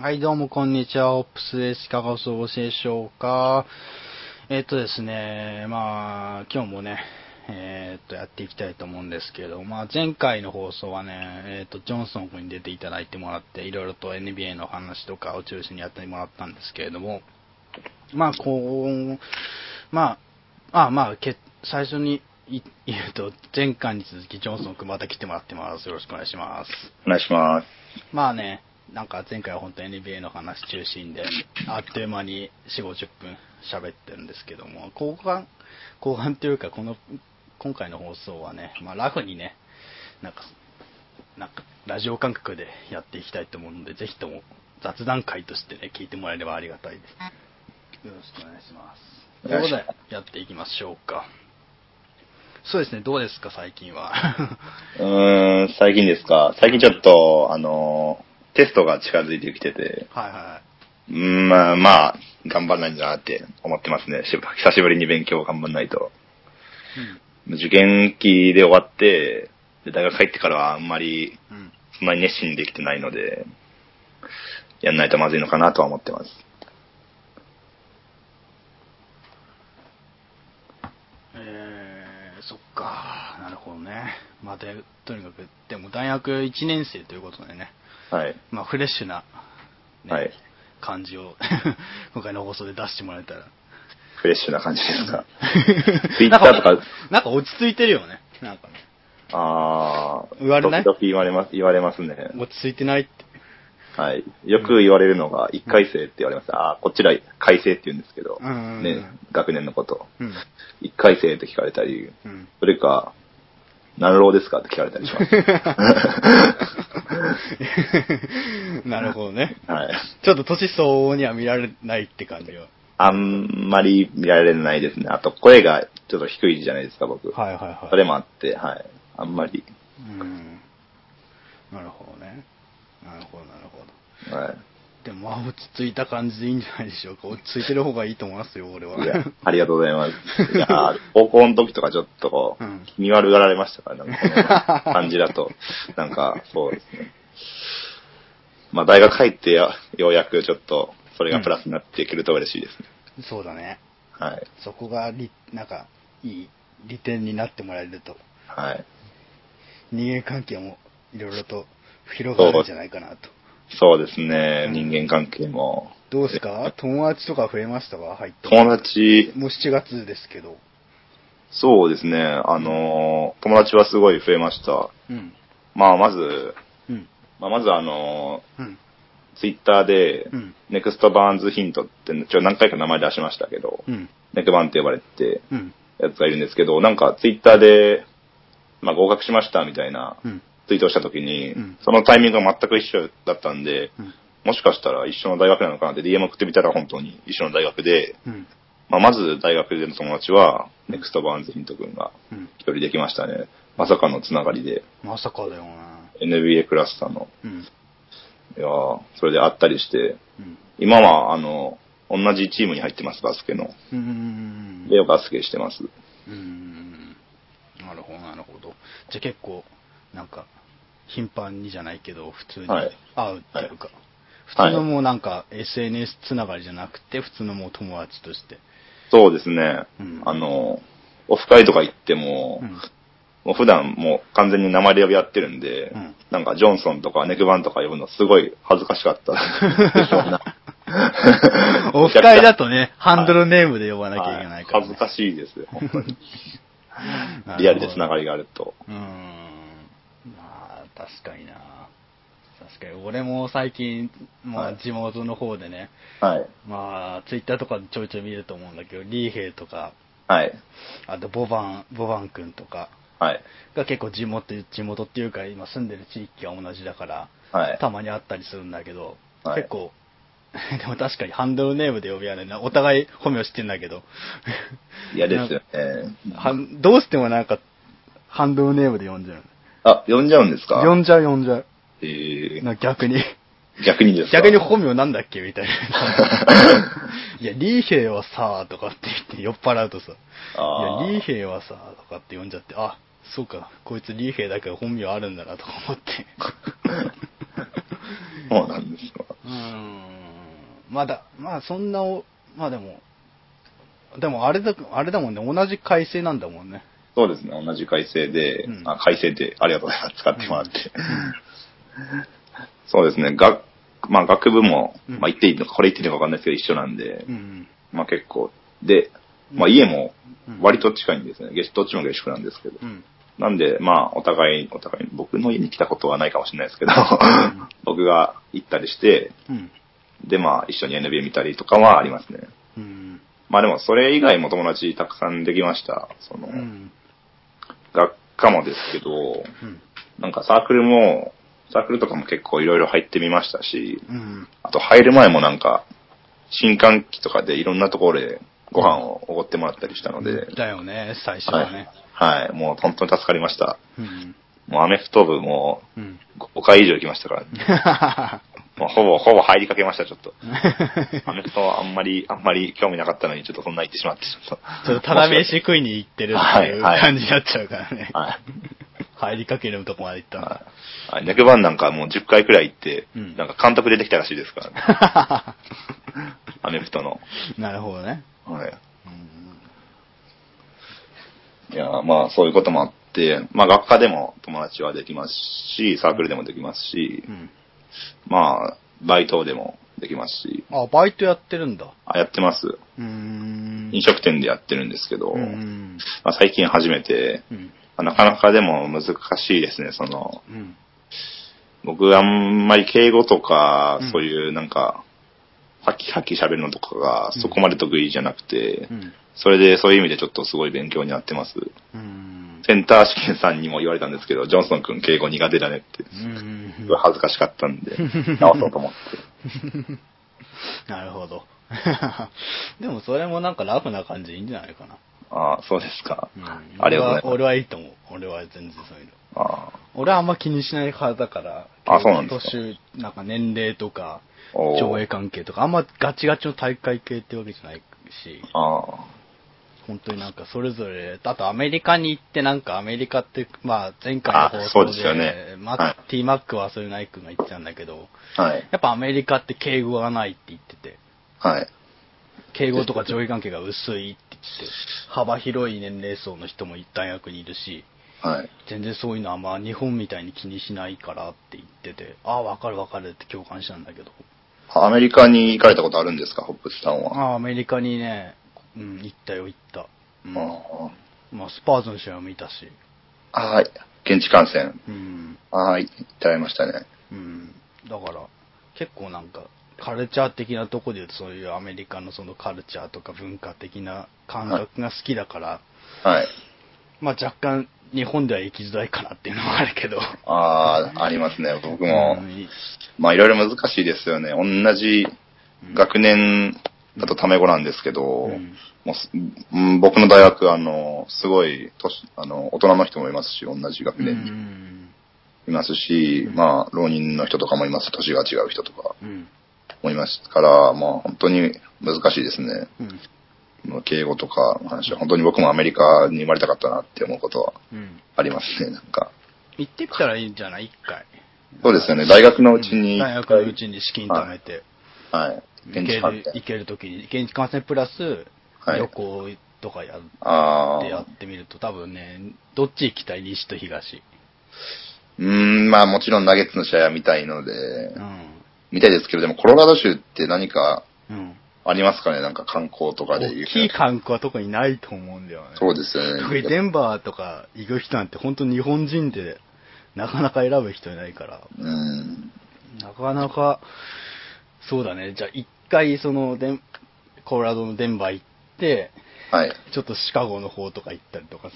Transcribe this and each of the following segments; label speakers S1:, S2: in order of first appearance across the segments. S1: はい、どうも、こんにちは。オップスです。いかがお過ごしでしょうか。えっとですね、まあ、今日もね、えーっと、やっていきたいと思うんですけど、まあ、前回の放送はね、えーっと、ジョンソン君に出ていただいてもらって、いろいろと NBA の話とかを中心にやってもらったんですけれども、まあ、こう、まあ、あ、まあ、け最初にい言うと、前回に続き、ジョンソン君また来てもらってます。よろしくお願いします。
S2: お願いします。
S1: まあね、なんか前回は本当 NBA の話中心で、あっという間に4、50分喋ってるんですけども、後半、後半というか、この、今回の放送はね、まあラフにね、なんか、なんか、ラジオ感覚でやっていきたいと思うので、ぜひとも雑談会としてね、聞いてもらえればありがたいです。よろしくお願いします。と
S2: お
S1: いうこ
S2: 願い
S1: と
S2: します
S1: で、やっていきましょうか。そうですね、どうですか、最近は。
S2: うーん、最近ですか最近ちょっと、あのー、テストが近づいてきてて、
S1: はいは
S2: うーん、まあ、まあ、頑張らないんだなって思ってますね。し久しぶりに勉強を頑張らないと。
S1: い。
S2: 受験期で終わって、で大学入ってからはあんまり、
S1: うん。うん。
S2: そんなに熱心にできてないので、やんないとまずいのかなとは思ってます。
S1: えー、そっか、なるほどね。まあ、で、とにかく、でも大学1年生ということでね、
S2: はい。
S1: まあ、フレッシュな、ね
S2: はい
S1: 感じを 今回の放送で出してもらえたら。
S2: フレッシュな感じですか。Twitter とか
S1: なんか、なんか落ち着いてるよね。なんかね、
S2: あー、
S1: 言われない
S2: 時々言われます、言われますね。
S1: 落ち着いてないって。
S2: はい。よく言われるのが、一回生って言われます。ああ、こっちら回生って言うんですけど、
S1: うんうんうん
S2: ね、学年のこと。
S1: うん。
S2: 一回生って聞かれたり、
S1: うん。
S2: それか、何浪ですかって聞かれたり します。
S1: なるほどね。
S2: はい。
S1: ちょっと年相応には見られないって感じは。
S2: あんまり見られないですね。あと、声がちょっと低いじゃないですか、僕。
S1: はいはいはい。
S2: それもあって、はい。あんまり、
S1: うん。なるほどね。なるほど、なるほど。
S2: は
S1: でも、まあ、落ち着いた感じでいいんじゃないでしょうか。落ち着いてる方がいいと思いますよ、俺は。
S2: い。い や、ありがとうございます。いやー、高校の時とかちょっとこう
S1: うん、
S2: 気味悪がられましたから、なんか この感じだと。なんか、そうですね。まあ、大学入ってやようやくちょっと、それがプラスになってくると嬉しいですね。
S1: そうだね。
S2: はい。
S1: そこがり、なんか、いい利点になってもらえると、
S2: はい。
S1: 人間関係もいろいろと広がるんじゃないかなと。
S2: そうですね、人間関係も。
S1: どうですか友達とか増えましたか入って。
S2: 友達、
S1: もう7月ですけど。
S2: そうですね、あのー、友達はすごい増えました。
S1: うん。
S2: まあ、まず、
S1: うん。
S2: まあ、まずあの
S1: うん。
S2: ー、ツイッターで、
S1: うん
S2: ネクストバーンズヒントって、ちょ、何回か名前出しましたけど、
S1: うん。
S2: ネクバンって呼ばれて、
S1: うん。
S2: やつがいるんですけど、なんかツイッターで、まあ合格しましたみたいな
S1: うん。
S2: ツイートをしたときに、
S1: うん
S2: そのタイミングが全く一緒だったんで、
S1: うん。
S2: もしかしたら一緒の大学なのかなって DM 送ってみたら本当に一緒の大学で、
S1: うん。
S2: まあ、まず大学での友達は、ネクストバーンズヒント君が
S1: うん。
S2: 一人できましたね。まさかのつながりで、
S1: まさかだよな。
S2: NBA クラスターの。
S1: うん。
S2: いやーそれで会ったりして、
S1: うん。
S2: 今は、あの、同じチームに入ってます、バスケの。
S1: うん。
S2: で、バスケしてます。
S1: うーんなるほど、なるほど。じゃあ結構、なんか、頻繁にじゃないけど、普通に
S2: はい
S1: 会うっていうか、
S2: はい
S1: 普通のもうなんか SNS つながりじゃなくて、普通のもう友達として。
S2: そうですね。
S1: うん
S2: あの、オフ会とか行っても、
S1: うん。
S2: もう普段もう完全に名前で呼び合ってるんで、
S1: うん
S2: なんかジョンソンとかネクバンとか呼ぶのすごい恥ずかしかった。でしょうな
S1: オフ会だと
S2: ね、
S1: ね、ハンドルネームで呼ばなきゃいけないから、
S2: はい
S1: ね
S2: 恥ずかしいですよ、本当に。
S1: なるほど
S2: リアルでつながりがあると。
S1: うーん。まあ、確かにな。確かに、俺も最近、ま
S2: は
S1: あ、
S2: い
S1: 地元の方でね、
S2: はい。
S1: まあ、ツイッターとかでちょいちょい見ると思うんだけど、リーヘイとか、
S2: はい。
S1: あとボバン、ボバン君とか
S2: はい。
S1: が結構地元、地元っていうか今住んでる地域が同じだから、
S2: はい。
S1: たまに会ったりするんだけど、
S2: はい
S1: 結構、 でも確かにハンドルネームで呼び合うねな。お互い本名知ってんだけど。
S2: いやですよ
S1: は
S2: ね。
S1: んどうしてもなんか、ハンドルネームで呼んじゃう。
S2: あ、呼んじゃうんですか
S1: 呼んじゃう呼んじゃう。
S2: えー
S1: な逆に。
S2: 逆にですか
S1: 逆に本名なんだっけみたい な。いや、リーヘイはさ、とかって言って酔っ払うとさ、い
S2: あー
S1: や、リーヘイはさ、とかって呼んじゃって、あ、そうか、こいつリーヘイだけど 本名あるんだな、とか思って。
S2: そうなんですか。
S1: うーん、まだ、まあそんなお、まあでも、でもあれだ、あれだもんね、同じ改正なんだもんね。
S2: そうですね、同じ改正で、
S1: うん
S2: あ改正で、ありがとうございます、使ってもらって。 そうですね、学、まあ学部も、
S1: うん
S2: まあ言っていいのか、これ言っていいのか分かんないですけど、一緒なんで、
S1: うん。
S2: まあ結構、で、まあ
S1: うん
S2: 家も
S1: うん
S2: 割と近いんですね、下どっちも下宿なんですけど。
S1: うん。
S2: なんで、まあ、お互い、お互い、僕の家に来たことはないかもしれないですけど、
S1: ん
S2: 僕が行ったりして、
S1: うん。
S2: で、まあ、一緒に NBA 見たりとかはありますね。
S1: うん。
S2: まあでも、それ以外も友達たくさんできました。その、
S1: うん。
S2: 学科もですけど、
S1: うん。
S2: なんかサークルも、サークルとかも結構いろいろ入ってみましたし、
S1: うん。
S2: あと入る前もなんか、新歓期とかでいろんなところでご飯をおごってもらったりしたので、
S1: だよね、最初
S2: は
S1: はね
S2: い。。はい。もう本当に助かりました。
S1: うん。
S2: もうアメフト部も
S1: うん。
S2: 5回以上行きましたから、もうほぼ、ほぼ入りかけました、ちょっと。アメフトはあんまり、あんまり興味なかったのに、ちょっとそんな行ってしまって、ちょっと。
S1: ちょっとただ飯食いに行ってるっていう
S2: はいはい
S1: 感じになっちゃうからね。
S2: はい。
S1: 入りかけるとこまで行ったんだ。
S2: はいはい。逆番なんかもう10回くらい行って、
S1: うん
S2: なんか監督出てきたらしいですからね。 アメフトの。
S1: なるほどね。
S2: はい。いや、まあそういうこともあって、まあ学科でも友達はできますし、サークルでもできますし、
S1: うん。
S2: まあ、バイトでもできますし、
S1: あ、バイトやってるんだ。
S2: あやってます。
S1: うーん。
S2: 飲食店でやってるんですけど、
S1: うん。
S2: まあ、最近初めて、
S1: うん。
S2: なかなかでも難しいですね、その、
S1: うん。
S2: 僕あんまり敬語とか、
S1: うん
S2: そういうなんか、はっきはっき喋るのとかがそこまで得意じゃなくて、
S1: うん。
S2: それでそういう意味でちょっとすごい勉強になってます。
S1: うん。
S2: センター試験さんにも言われたんですけど、ジョンソン君敬語苦手だねって、
S1: うん
S2: すごい恥ずかしかったんで、直そ うと思って。
S1: なるほど。でもそれもなんかラフな感じでいいんじゃないかな。
S2: ああ、そうですか。
S1: うん
S2: ありがとうござ
S1: 俺
S2: います
S1: は俺はいいと思う。俺は全然そういうの。
S2: あ
S1: 俺はあんま気にしない派だから、
S2: あそうなんですか
S1: 年収、なんか年齢とか、
S2: あ、おー
S1: 上映関係とか、あんまガチガチの大会系ってわけじゃないし、
S2: ああ、
S1: 本当になんかそれぞれ、あとアメリカに行ってなんかアメリカって、まあ前回の
S2: あそ
S1: 放
S2: う
S1: 送
S2: です
S1: で、
S2: よね
S1: マ
S2: はい
S1: ッティ・マックはそういうナイ君が言ってたんだけど、
S2: はい、
S1: やっぱアメリカって敬語がないって言ってて、
S2: はい。
S1: 敬語とか上位関係が薄いって言って、幅広い年齢層の人も大学にいるし、
S2: はい。
S1: 全然そういうのはまあ日本みたいに気にしないからって言ってて、ああ、わかるわかるって共感したんだけど、
S2: アメリカに行かれたことあるんですか、ホップスさんは。
S1: ああ、アメリカにね、うん、行ったよ、行った。うん、
S2: あ
S1: まあ、スパーズの試合も見たし、
S2: あはい。現地観戦。
S1: うん、
S2: はい。行ってられましたね。
S1: うん、だから、結構なんか、カルチャー的なとこで言うと、そういうアメリカのそのカルチャーとか文化的な感覚が好きだから、
S2: はい。
S1: まあ若干、日本では行きづらいかなっていうのもあるけど、
S2: ああ、ありますね。僕も
S1: う、ん
S2: まあいろいろ難しいですよね。同じ学年だとタメ語なんですけど、
S1: うん
S2: もうすうん僕の大学、あの、すごい年、あの、大人の人もいますし、同じ学
S1: うん
S2: 年にいますし、
S1: うん
S2: まあ、浪人の人とかもいます。年が違う人とか
S1: うん
S2: もいますから、まあ本当に難しいですね。
S1: うん
S2: 敬語とかの話は、本当に僕もアメリカに生まれたかったなって思うことは
S1: うん
S2: ありますね、なんか。
S1: 行ってみたらいいんじゃない一回。
S2: そうですよね、大学のうち
S1: う
S2: に。
S1: ん大学のうちに資金貯めて。
S2: はい。
S1: 行
S2: 現
S1: け
S2: 地観
S1: る
S2: 戦
S1: 行。けるときに、現地観戦プラス、
S2: はい
S1: 旅行とかやっ
S2: あ
S1: てや
S2: あ。
S1: ってみると、多分ね、どっち行きたい、西と東。
S2: うーん、まあもちろんナゲッツの試合は見たいので
S1: う、ん。
S2: 見たいですけど、でもコロラド州って何か
S1: うん。
S2: ありますかねなんか観光とかで言う
S1: 大。きい観光は特にないと思うんだよね。
S2: そうですよね。
S1: 特にデンバーとか行く人なんて、本当日本人で、なかなか選ぶ人いないから、
S2: うーん。
S1: なかなか、そうだね、じゃあ一回、その、デンコロラドのデンバー行って、
S2: はい。
S1: ちょっとシカゴの方とか行ったりとか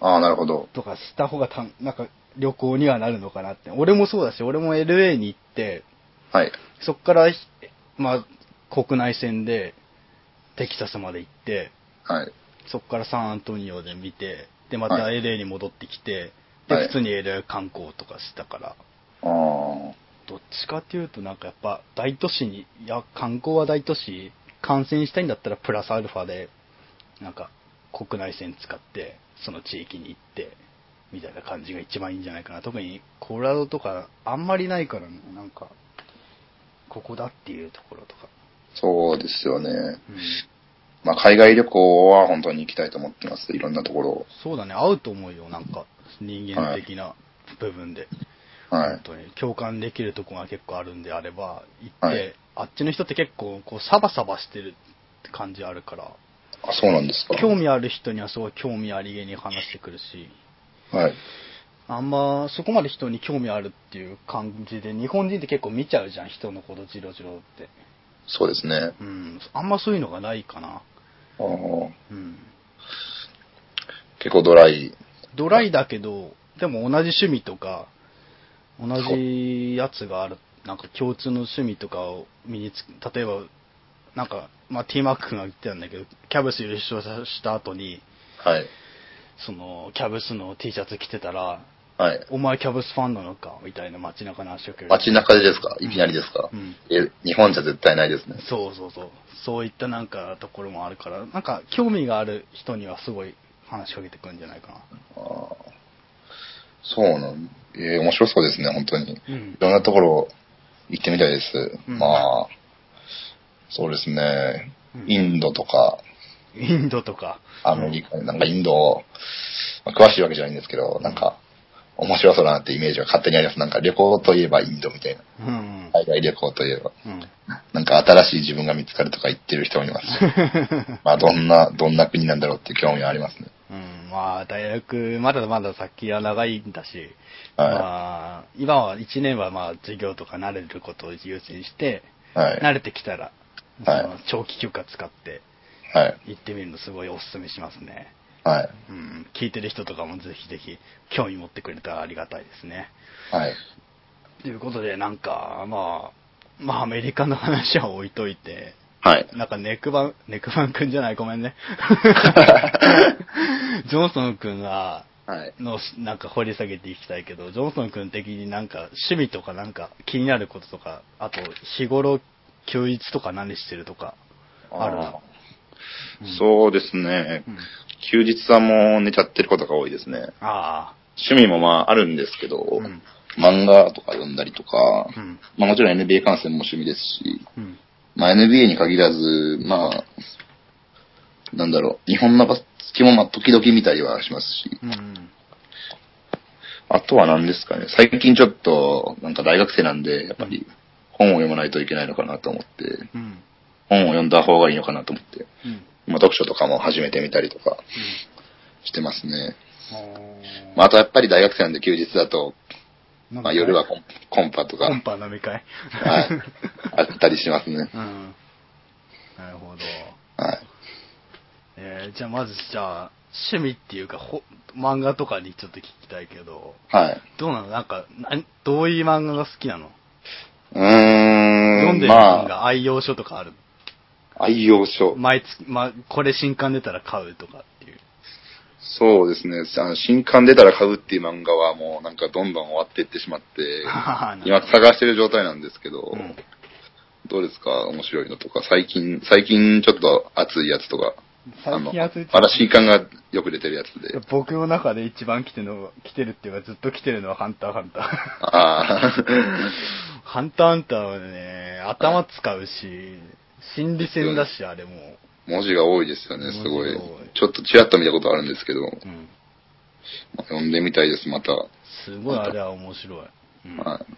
S2: ああ、なるほど。
S1: とかした方がたんなんか旅行にはなるのかなって。俺もそうだし、俺も LA に行って、
S2: はい。
S1: そっからひ、まあ、国内線でテキサスまで行って、
S2: はい。
S1: そっからサンアントニオで見て、で、また
S2: は
S1: LA に戻ってきて、で、
S2: はい
S1: 普通に LA 観光とかしたから、
S2: ああ。
S1: どっちかっていうとなんかやっぱ大都市に、いや、観光は大都市、感染したいんだったらプラスアルファで、なんか国内線使って、その地域に行って、みたいな感じが一番いいんじゃないかな。特にコロラドとかあんまりないからね、なんか、ここだっていうところとか。
S2: そうですよね。
S1: うん
S2: まあ、海外旅行は本当に行きたいと思ってます。いろんなところを。
S1: そうだね、合うと思うよ、なんか、人間的な部分で。
S2: は
S1: 本
S2: い。
S1: 当に共感できるとこが結構あるんであれば、行って、
S2: はい
S1: あっちの人って結構こうサバサバしてるって感じあるから、
S2: あ、そうなんですか。
S1: 興味ある人にはすごい興味ありげに話してくるし、
S2: はい。
S1: あんまそこまで人に興味あるっていう感じで、日本人って結構見ちゃうじゃん、人のことじろじろって。
S2: そうですね。
S1: うん、あんまそういうのがないかな。
S2: あー
S1: うん。
S2: 結構ドライ。
S1: ドライだけど、でも同じ趣味とか、同じやつがある、なんか共通の趣味とかを身につく、例えば、なんか、まあ、ティーマック君が言ってたんだけど、キャブス優勝した後に、
S2: はい。
S1: その、キャブスの T シャツ着てたら、
S2: はい。
S1: お前キャブスファンなのかみたいな街中の話を聞く
S2: 街中でですかいきなりですか、
S1: うん
S2: え日本じゃ絶対ないですね。
S1: そうそうそう。そういったなんかところもあるから、なんか興味がある人にはすごい話しかけてくるんじゃないかな。
S2: あーそうなん、えー面白そうですね、本当に。
S1: うん
S2: いろんなところ行ってみたいです。
S1: うん
S2: まあ、そうですね
S1: う。ん
S2: インドとか、
S1: インドとか。
S2: アメリカ、なんかインド、まあ詳しいわけじゃないんですけど、なんか、面白そうだなってイメージが勝手にあります。なんか旅行といえばインドみたいな。
S1: うん。
S2: 海外旅行といえば。
S1: うん。
S2: なんか新しい自分が見つかるとか言ってる人も いますし。まあどんな、どんな国なんだろうっていう興味はありますね。
S1: うん、まあ、大学、まだまだ先は長いんだし、
S2: はい
S1: まあ、今は1年はまあ、授業とか慣れることを優先して、
S2: はい。
S1: 慣れてきたら、
S2: はい
S1: その長期休暇使って
S2: はい。
S1: 行ってみるのすごいおすすめしますね。
S2: はい。
S1: うん、聞いてる人とかもぜひぜひ興味持ってくれたらありがたいですね。
S2: はい。
S1: ということで、なんか、まあ、まあ、アメリカの話は置いといて、
S2: はい。
S1: なんかネクバン、ネクバンくんじゃない、ごめん ね。ジョンソンくんは、
S2: はい。
S1: の、なんか掘り下げていきたいけど、ジョンソン君的になんか趣味とかなんか気になることとか、あと日頃休日とか何してるとか、あるな。うん
S2: そうですね
S1: う。ん
S2: 休日はもう寝ちゃってることが多いですね。
S1: あ
S2: 趣味もまああるんですけど、
S1: あ、うん、
S2: 漫画とか読んだりとか、
S1: うん、
S2: まあもちろん NBA 観戦も趣味ですし、
S1: うん、
S2: まあ NBA に限らず、まあ、なんだろう、日本のバスケもまあ時々見たりはしますし、
S1: うん、
S2: あとは何ですかね、最近ちょっと、なんか大学生なんで、やっぱり本を読まないといけないのかなと思って、
S1: うん、
S2: 本を読んだ方がいいのかなと思って、
S1: うん、
S2: まあ読書とかも始めてみたりとかしてますね。
S1: うん。
S2: まあ、あとやっぱり大学生なんで休日だと、
S1: なん
S2: ま
S1: か
S2: あ、夜はコンコンパとか、
S1: コンパ飲み会。
S2: はい、あったりしますね。
S1: うん。なるほど。
S2: はい。
S1: えー、じゃあまずじゃあ、趣味っていうか、ほ漫画とかにちょっと聞きたいけど、
S2: はい。
S1: どうなのなんか、なんどういう漫画が好きなの
S2: うーん。
S1: 読んでる
S2: ま
S1: 本
S2: あ、
S1: が愛用書とかある、
S2: 愛用書。
S1: 毎月、ま、これ新刊出たら買うとかっていう。
S2: そうですね。あの新刊出たら買うっていう漫画はもうなんかどんどん終わっていってしまって
S1: な、る
S2: 今
S1: ほど
S2: 探してる状態なんですけど、
S1: うん
S2: どうですか面白いのとか、最近、最近ちょっと熱いやつとか、あの、
S1: 最近熱いって
S2: まだ新刊がよく出てるやつで。
S1: 僕の中で一番来てるの、来てるっていうかずっと来てるのはハンターハンター。
S2: あ
S1: ハンターハンターはね、頭使うし、心理戦だし、あれも。
S2: あ、文字が多いですよね、すごい
S1: 文字が多い。
S2: ちょっとちらっと見たことあるんですけど、
S1: うん。
S2: まあ読んでみたいです、また。は
S1: すごいあれは面白い。うん。なんかね
S2: い、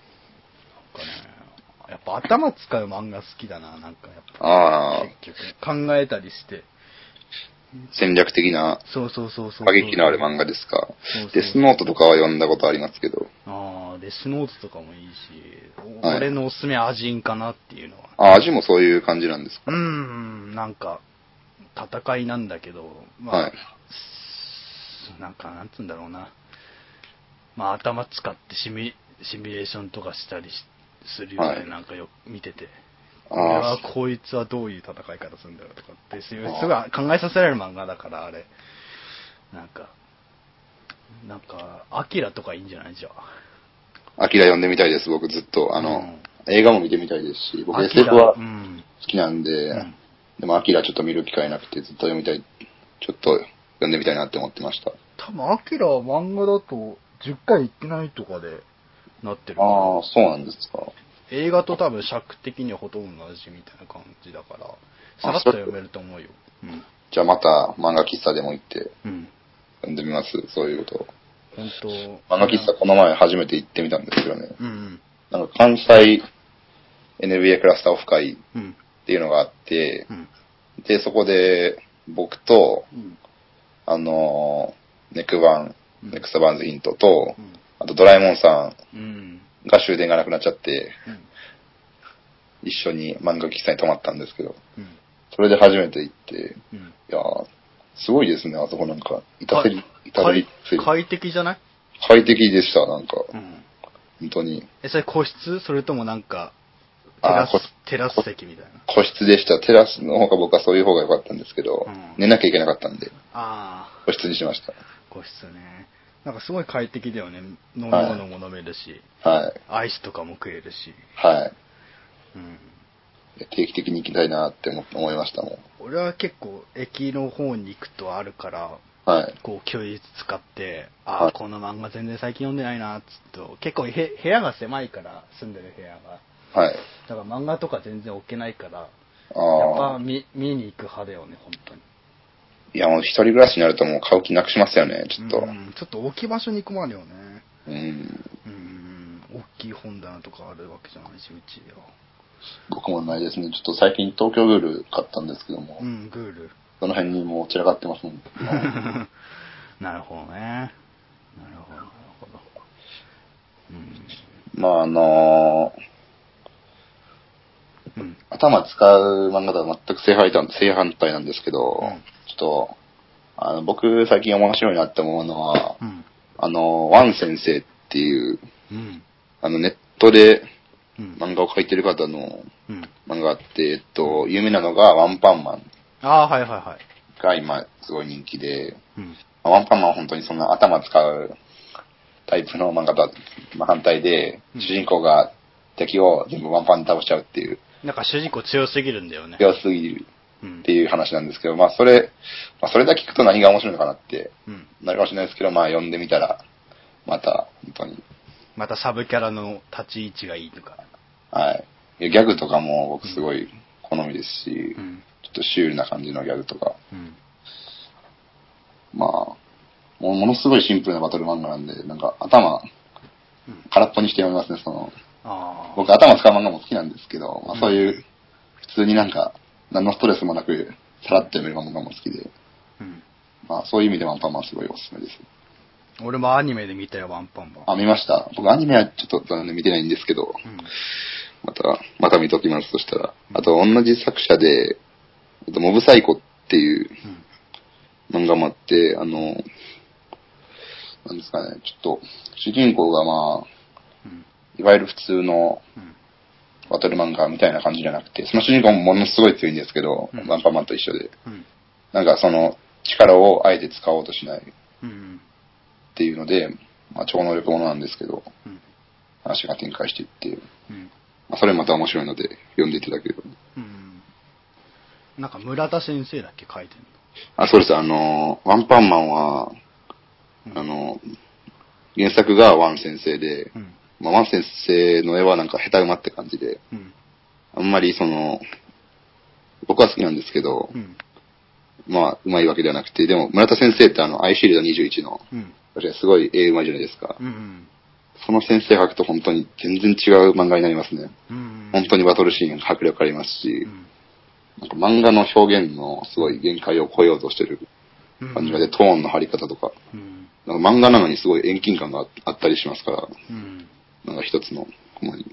S1: やっぱ頭使う漫画好きだな、なんかやっ
S2: あ
S1: ぱ。
S2: あ、
S1: 結局。考えたりして。
S2: 戦略的な
S1: そうそうそうそう。
S2: 過激のある漫画ですか
S1: そうそう。
S2: デスノートとかは読んだことありますけど。
S1: ああ、デスノートとかもいいし、お
S2: はい
S1: 俺のおすすめアジンかなっていうのは。
S2: あ、味もそういう感じなんですか
S1: うーん、なんか、戦いなんだけど、まあ、
S2: はい
S1: すなんか、なんつうんだろうな。まあ、頭使ってシミシミュレーションとかしたりしするよね、
S2: はい
S1: なんかよ見てて。
S2: あ
S1: これは
S2: あ、
S1: こいつはどういう戦い方するんだろうとかって、すごい
S2: あー
S1: すごい考えさせられる漫画だから、あれ。なんか、なんか、アキラとかいいんじゃないじゃあ。
S2: アキラ読んでみたいです、僕ずっと。あの、映画も見てみたいですし、僕
S1: アキラ
S2: SF は
S1: う
S2: 好
S1: ん。
S2: きなんで、
S1: うん
S2: でもアキラちょっと見る機会なくて、ずっと読みたい、ちょっと読んでみたいなって思ってました。
S1: 多分、アキラは漫画だと10回行ってないとかでなってるから。
S2: ああ、そうなんですか。
S1: 映画と多分尺的にはほとんど同じみたいな感じだから、さらっと読めると思うよ。うん。
S2: じゃあまた漫画喫茶でも行って
S1: うん。
S2: 読んでみます、そういうことを。
S1: 本当
S2: 漫画喫茶この前初めて行ってみたんですよね。
S1: うん
S2: なんか関西 NBA クラスターオフ会
S1: うん。うん。
S2: っていうのがあって
S1: う、ん。
S2: で、そこで僕と、
S1: うん。
S2: あのーネクバン、
S1: うん
S2: ネクストバンズヒントと
S1: う、ん
S2: あとドラえもんさ
S1: うん。
S2: んが終電がなくなっちゃって、
S1: うん。
S2: 一緒に漫画喫茶に泊まったんですけど、
S1: うん。
S2: それで初めて行って、
S1: うん。
S2: いやーすごいですね、あそこなんか、いたせり、いたせりつい
S1: 快快適じゃない
S2: 快適でした、なんか、
S1: うん。
S2: 本当に。
S1: え、それ個室それともなんか、テ
S2: あ
S1: ラ
S2: ー個室
S1: ス、テラス席みたいな。
S2: 個室でした。テラスの方が僕はそういう方が良かったんですけど、
S1: うん
S2: 寝なきゃいけなかったんで、
S1: ああ、
S2: 個室にしまし
S1: 個室ね。なんかすごい快適だよね。飲み物も飲めるし、
S2: た。はい。
S1: アイスとかも食えるし。
S2: はい。
S1: うん。
S2: 定期的に行きたいなって思思いましたもん。
S1: 俺は結構駅の方に行くとあるから、
S2: はい。
S1: こう休日使って、あ
S2: は
S1: あ、
S2: い
S1: この漫画全然最近読んでないな、つっと。結構へ部屋が狭いから、住んでる部屋が。
S2: はい。
S1: だから漫画とか全然置けないから、やっ
S2: あ
S1: ぱ
S2: あ。
S1: 見見に行く派だよね、本当に。
S2: いや、もう一人暮らしになるともう買う気なくしますよね、ちょっと。う。
S1: うんん、ちょっと置き場所に困るよね。
S2: うん、
S1: うん、大きい本棚とかあるわけじゃないし、うちよ。
S2: 僕もないですね。ちょっと最近東京グール買ったんですけども、
S1: うん、グール。
S2: その辺にもう散らかってますもん。
S1: なるほどね。なるほど、なるほど。うん。
S2: まあ、あのー
S1: うん。
S2: 頭使う漫画とは全く正反対正反対なんですけど、
S1: うん
S2: ちょっと、あの僕最近面白いなって思うのは、
S1: うん。
S2: あの、ワン先生っていう、
S1: うん。
S2: あの、ネットで
S1: うん。
S2: 漫画を描いてる方の
S1: うん。
S2: 漫画があって、えっと、有名なのがワンパンマン
S1: ああー、はいはいはい。
S2: が今すごい人気で、
S1: うん。
S2: まあワンパンマンは本当にそんな頭使うタイプの漫画とはまあ反対で、
S1: うん
S2: 主人公が敵を全部ワンパンで倒しちゃうっていう、
S1: なんか主人公強すぎるんだよね。
S2: 強すぎる
S1: うん
S2: って。いう話なんですけど、まあそれ、まあそれだけ聞くと何が面白いのかなって
S1: うん。
S2: なるかもしれないですけど、まあ読んでみたら、また本当に
S1: またサブキャラの立ち位置がいいとか。
S2: はい。ギャグとかも僕すごい好みですし、
S1: うん。
S2: ちょっとシュールな感じのギャグとか、
S1: うん。
S2: まあ、もうものすごいシンプルなバトル漫画なんで、なんか頭
S1: うん、
S2: 空っぽにして読みますね、その、
S1: ああ。
S2: 僕頭使う漫画も好きなんですけど、ま
S1: うん
S2: あそういう、普通になんか、何のストレスもなく、さらっと読める漫画も好きで、
S1: うん。
S2: まあそういう意味でワンパンマンすごいおすすめです。
S1: 俺もアニメで見たよ、ワンパンマン。
S2: あ、見ました。僕アニメはちょっと残念で見てないんですけど、
S1: うん。
S2: また、また見ときます、そしたら。あと、同じ作者で、あとモブサイコっていう
S1: うん。
S2: 漫画もあって、あの、なんですかね、ちょっと、主人公がまあ、
S1: うん。
S2: いわゆる普通の
S1: うん。
S2: バトル漫画みたいな感じじゃなくて、その主人公もものすごい強いんですけど、
S1: うん
S2: ワンパンマンと一緒で、
S1: うん。
S2: なんかその、力をあえて使おうとしないっ
S1: うん。
S2: ていうので、まあ、超能力ものなんですけど、
S1: うん。
S2: 話が展開していって、
S1: うん。
S2: まあ、それまた面白いので、読んでいただければ。
S1: うん。なんか村田先生だっけ書いてんの。
S2: あ、そうです、あの、ワンパンマンは、
S1: うん
S2: あの、原作がワン先生で
S1: う、ん。
S2: まあ、ワン先生の絵はなんか下手馬って感じで、
S1: うん。
S2: あんまりその、僕は好きなんですけど
S1: う、ん。
S2: まあ、うまいわけではなくて、でも、村田先生ってあの、アイシールド21の、
S1: うん。
S2: 確かにすごい絵うまいじゃないですか
S1: う。ん。
S2: その先生描くと本当に全然違う漫画になりますね。
S1: うん。
S2: 本当にバトルシーン迫力ありますし
S1: う、ん。
S2: なんか漫画の表現のすごい限界を超えようとしてる
S1: うん。
S2: 感じがで、トーンの張り方とか、
S1: うん。
S2: なんか漫画なのにすごい遠近感があったりしますから、
S1: うん。
S2: なんか一つの、ほんまに。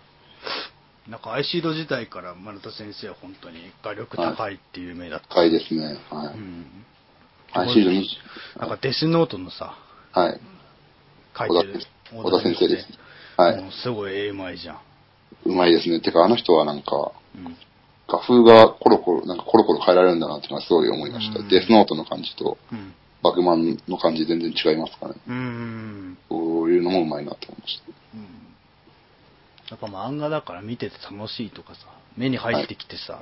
S1: なんかアイシード時代から丸田先生は本当に画力高いっていう名だった。
S2: 深いですね。は
S1: う
S2: い。
S1: ん。
S2: アイシールド
S1: なん
S2: の
S1: か、デスノートのさ、
S2: はい。
S1: 書い
S2: 小
S1: てる
S2: 田先生。小田先生です。。は
S1: はいい。。すごい絵うまいじゃん。
S2: うまいですね。てか、あの人はなんか、
S1: うん。
S2: 画風がコロコロ、なんかコロコロ変えられるんだなっていうのはすごい思いました。
S1: うん
S2: デスノートの感じと、
S1: うん。
S2: バグマンの感じ全然違いますからね。
S1: うーん。
S2: こういうのもうまいなと思いました。
S1: うんやっぱ漫画だから見てて楽しいとかさ、目に入ってきてさ、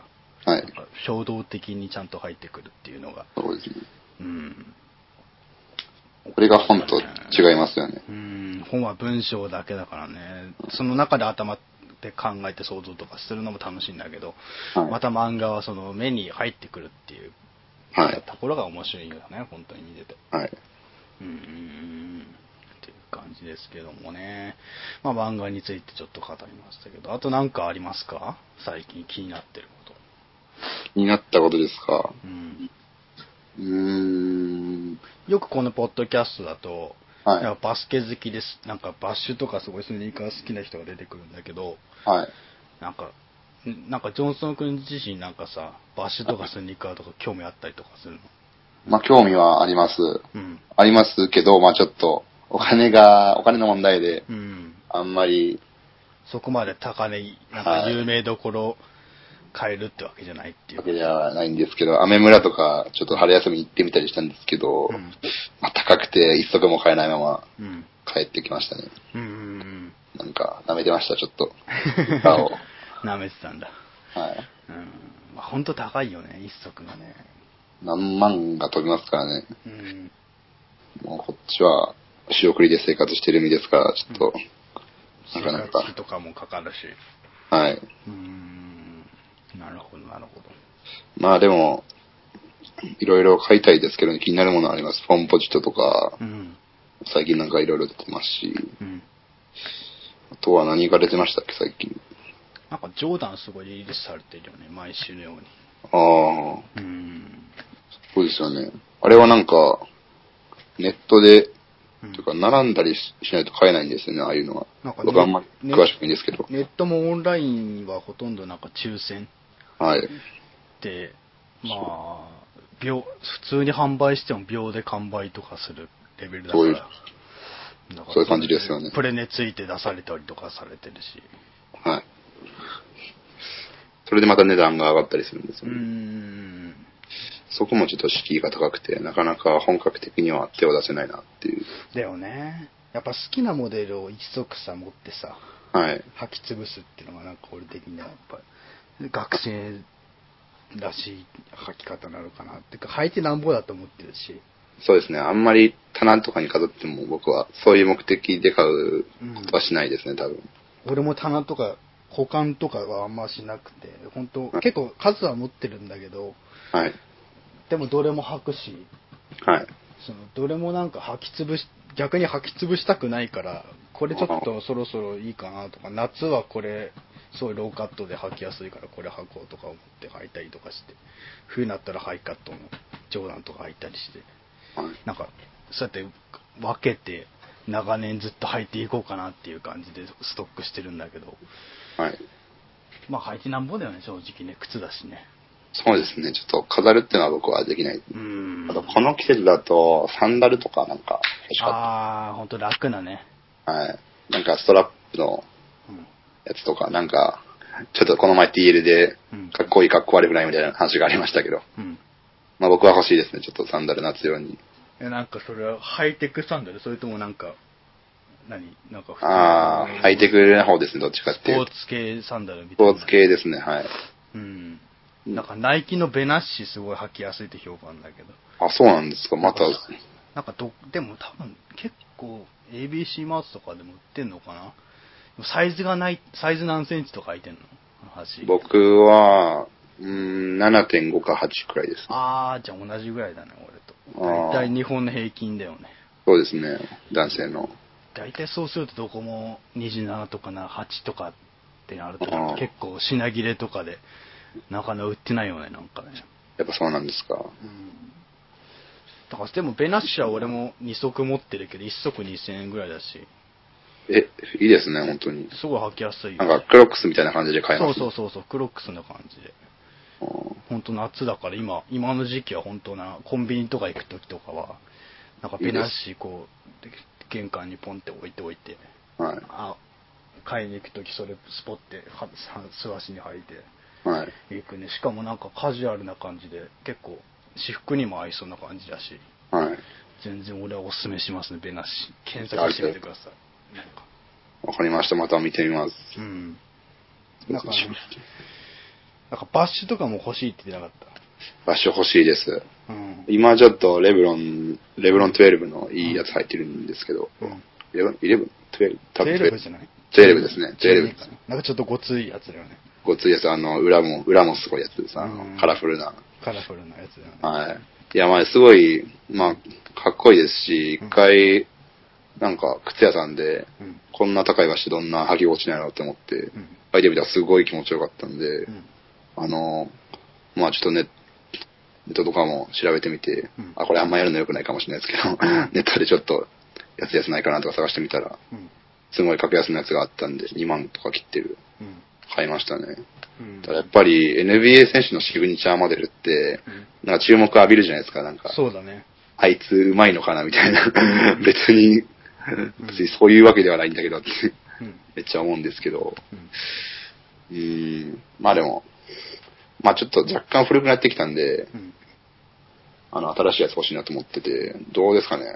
S1: な
S2: は
S1: いん。か衝動的にちゃんと入ってくるっていうのが、
S2: そうですね。
S1: うん。
S2: これが本と違いますよね。
S1: うん、本は文章だけだからね、その中で頭で考えて想像とかするのも楽しいんだけど、
S2: はい
S1: また漫画はその目に入ってくるっていう
S2: はい
S1: ところが面白いよね、本当に見てて。
S2: はい。
S1: うんうんうんうんっていう感じですけどもね。まあ漫画についてちょっと語りましたけど、あとなんかありますか最近気になってるこ
S2: になったことですか。
S1: と。うん。
S2: うーん。
S1: よくこのポッドキャストだと、
S2: はい
S1: なんかバスケ好きです。なんかバッシュとかすごいスニーカー好きな人が出てくるんだけど、
S2: はい。
S1: なんか、んなんかジョンソン君自身なんかさ、バッシュとかスニーカーとか興味あったりとかするの
S2: まあ、興味はあります。
S1: うん。
S2: ありますけど、まあ、ちょっと、お金が、お金の問題で、
S1: うん。
S2: あんまり、
S1: そこまで高値、なんか
S2: はい
S1: 有名どころ変えるってわけじゃないっていう
S2: わけではないんですけど、アメ村とか、ちょっと春休みに行ってみたりしたんですけど、
S1: うん
S2: まあ、高くて、一足も買えないまま
S1: うん。
S2: 帰ってきましたね。
S1: うんうんうん。
S2: なんか、舐めてました、ちょっと。床 を。
S1: 舐めてたんだ。
S2: はい。
S1: うん。まあ、ほんと高いよね、一足がね。
S2: 何万が飛びますからね。
S1: うん。
S2: もうこっちは、仕送りで生活してる身ですから、ちょっと、
S1: 生
S2: なかな
S1: 活
S2: か。
S1: 費とかもかかるし。
S2: はい。
S1: うん。なるほど、なるほど。
S2: まあでも、いろいろ買いたいですけど、気になるものはあります。ポンポジットとか
S1: う、ん。
S2: 最近なんかいろいろ出てますし、
S1: うん。
S2: あとは何が出てましたっけ、最近。
S1: なんか、ジョーダンすごいリリースされてるよね、毎週のように。
S2: あ
S1: う
S2: あ、
S1: ん。
S2: そうですよね。あれはなんか、ネットで、
S1: うん
S2: というか、並んだりししないと買えないんですよね、ああいうのは。
S1: なんかね
S2: 僕あんまり詳しくないんですけど。
S1: ネットもオンラインはほとんどなんか抽選
S2: はい。
S1: で、まあ、秒、普通に販売しても秒で完売とかするレベルだか
S2: そういう
S1: ら。だから
S2: そういう感じですよね
S1: プレネついて出されたりとかされてるし。
S2: はい。それでまた値段が上がったりするんです
S1: う
S2: よ
S1: ー
S2: ね。
S1: ん。
S2: そこもちょっと敷居が高くて、なかなか本格的には手を出せないなっていう。
S1: だよね。やっぱ好きなモデルを一足さ持ってさ、
S2: はい。
S1: 履き潰すっていうのがなんか俺的にはやっぱり学生らしい履き方なのかなっていうか、履いてなんぼだと思ってるし。
S2: そうですね。あんまり棚とかに飾っても僕はそういう目的で買うことはしないですね、多分。
S1: 俺も棚とか保管とかはあんましなくて本当結構数は持ってるんだけど
S2: はい。
S1: でもどれも履くし
S2: はい。
S1: そのどれもなんか履き潰し逆に履き潰したくないからこれちょっとそろそろいいかなとか夏はこれすごいローカットで履きやすいからこれ履こうとか思って履いたりとかして冬になったらハイカットのジョーダンとか履いたりして
S2: はい
S1: なんかそうやって分けて長年ずっと履いていこうかなっていう感じでストックしてるんだけど
S2: はい。
S1: まあ履いてなんぼだよね、正直ね。靴だしね。
S2: そうですね。ちょっと飾るっていうのは僕はできない。
S1: うん
S2: あと、この季節だと、サンダルとかなんか欲しか
S1: ああ、ほんと楽なね。
S2: った。はい。なんかストラップの
S1: うん。
S2: やつとか、なんか、ちょっとこの前 TL で
S1: うん、
S2: かっこいいかっこ悪くないみたいな話がありましたけど、
S1: うん。
S2: まあ僕は欲しいですね。ちょっとサンダル夏用に。
S1: え、なんかそれはハイテクサンダルそれともなんか、何なんか普通の
S2: ああ、ハイテクな方ですね、どっちかっ
S1: ス
S2: て
S1: ポ
S2: いう
S1: ーツ。系サンダルみ
S2: ス
S1: たい
S2: ポ
S1: な。
S2: ーツ。系ですね、はい。
S1: うん。なんかナイキのベナッシすごい履きやすいって評判だけど。
S2: あ、そうなんですか。また、
S1: なんかど、でも多分結構 ABC マーツとかでも売ってんのかなサイズがない、サイズ何センチとか履いてんの端。
S2: 僕は、うーん、7.5か8くらいです。
S1: あー、じゃあ同じぐらいだね、俺と。
S2: あ
S1: 大
S2: ー
S1: 体日本の平均だよね。
S2: そうですね、男性の。
S1: 大体そうするとどこも27とかな、8とかってなると
S2: あー
S1: 結構品切れとかで、なかなか売ってないよね、なんかね。
S2: やっぱそうなんですか。
S1: うん。だからでもベナッシュは俺も2足持ってるけど、1足2000円ぐらいだし、
S2: え、いいですね、本当に。
S1: すごい履きやすいよ
S2: なんか、クロックスみたいな感じで買え
S1: そ
S2: ま
S1: う
S2: す、
S1: そうそうそう、クロックスな感じで。
S2: うん
S1: 本当夏だから今、今の時期は本当な、コンビニとか行く時とかは、なんかベナッシーこう、玄関にポンって置いておいて、
S2: はい。
S1: あ、買いに行く時それスポって、はさ素足に履いて
S2: はい。
S1: 行くね。しかもなんかカジュアルな感じで、結構、私服にも合いそうな感じだし、
S2: はい。
S1: 全然俺はおすすめしますね、ベナッシー。検索してみてください。なんか、
S2: わかりました。また見てみます。
S1: うん。なんか、なんかバッシュとかも欲しいって言ってなかっ
S2: バッシュ欲しいです。
S1: た。うん。
S2: 今ちょっと、レブロン、レブロン12のいいやつ入ってるんですけど、
S1: うん
S2: レブロン、11?12?
S1: 12じゃない
S2: 12ですね。12。
S1: なんかちょっとごついやつだよね。
S2: ごついやつ、あの、裏も、裏もすごいやつでさ、あ
S1: うん
S2: のカラフルな。
S1: カラフルなやつだよね。
S2: はい。いや、まあ、すごい、まあ、かっこいいですし、一回、なんか、靴屋さんで、
S1: うん。
S2: こんな高い場所どんな剥ぎ落ちないのって思って
S1: う、ん。
S2: 履いてみたらすごい気持ちよかったんで
S1: う、ん。
S2: あの、まあちょっとネネットとかも調べてみて、
S1: うん
S2: あ、これあんまやるの良くないかもしれないですけ ど、ネットでちょっと安いやつないかなとか探してみたら、
S1: うん。
S2: すごい格安のやつがあったんで、2万とか切ってる、
S1: うん。
S2: 買いましたね。
S1: うん
S2: ただやっぱり NBA 選手のシグニチャーモデルって、なんか注目浴びるじゃないですか、なんか。
S1: そうだね。
S2: あいつうまいのかなみたいな。別に、別にそういうわけではないんだけどって、
S1: うん。
S2: めっちゃ思うんですけど。
S1: うん。
S2: うーん、まあでも、まあちょっと若干古くなってきたんで、
S1: うん。
S2: あの、新しいやつ欲しいなと思ってて、どうですかね。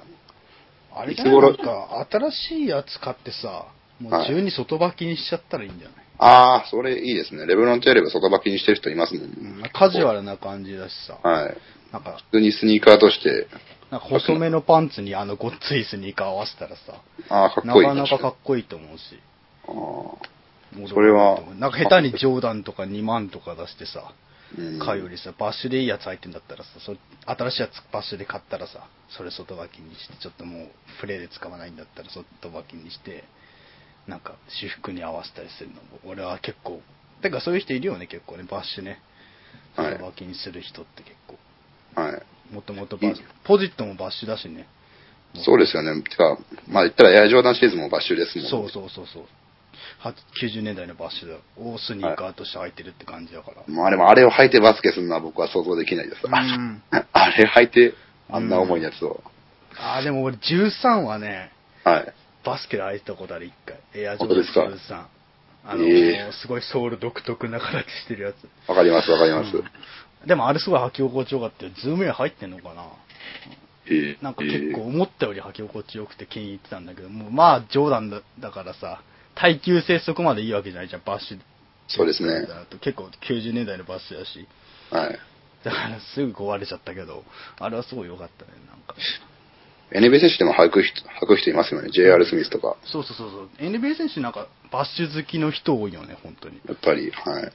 S1: あれ
S2: い
S1: じゃ
S2: つ
S1: ないな
S2: 頃
S1: んか、新しいやつ買ってさ、もう
S2: はい
S1: 12外履きにしちゃったらいいんじゃない、
S2: ああ、それいいですね。レブロンとやれば外履きにしてる人いますもん
S1: うん
S2: ね。
S1: カジュアルな感じだしさ、
S2: はい。
S1: なんか、
S2: 普通にスニーカーとして、
S1: なんか細めのパンツにあのごっついスニーカー合わせたらさ、
S2: ああ、かっ
S1: な
S2: こいい。
S1: かなかかっこいいと思うし。
S2: ああそ
S1: そ
S2: れは
S1: なんか下手にジョーダンとか2万とか出してさ、
S2: ー、うん
S1: 買うよりさ、バッシュでいいやつ入ってんだったらさ、そ新しいやつバッシュで買ったらさ、それ外履きにして、ちょっともうプレーで使わないんだったら外履きにして、なんか私服に合わせたりするのも、俺は結構、てかそういう人いるよね、結構ね、バッシュね。
S2: はい
S1: 外履きにする人って結構。
S2: はい。
S1: もともとバッシュ。ポジットもバッシュだしね。
S2: そうですよね。てか、まあ言ったらエアジョーダンシリーズもバッシュですもん、ね。
S1: そうそうそうそう。は90年代のバッシュをスニーカーとして履いてるって感じだから。
S2: まあでもあれを履いてバスケするのは僕は想像できないです。
S1: うん。
S2: あれ履いて、あんな重いやつを。
S1: ああ、でも俺13はね、
S2: はい。
S1: バスケで相手たことある一回。エアジョ
S2: 本
S1: ー
S2: 当
S1: ダン
S2: ですか
S1: 13。あの、
S2: ええ
S1: すごいソール独特な形してるやつ。
S2: わかります、わかります。
S1: うんでもあれすごい履き心地よかったよ。ズームイン入ってんのかな
S2: えー
S1: なんか結構、思ったより履き心地よくて気に入ってたんだけど、もうまあ冗談だだからさ、耐久性そこまでいいわけじゃないじゃん、バッシュ。
S2: そうですね
S1: だと結構90年代のバッシュだし。
S2: えーはい。
S1: だからすぐ壊れちゃったけど、あれはすごい良かったね、なんか。
S2: NBA 選手でも履く人、履く人いますよね。JR スミスとか。
S1: そうそうそうそう。NBA 選手なんかバッシュ好きの人多いよね、本当に。
S2: やっぱり、はい。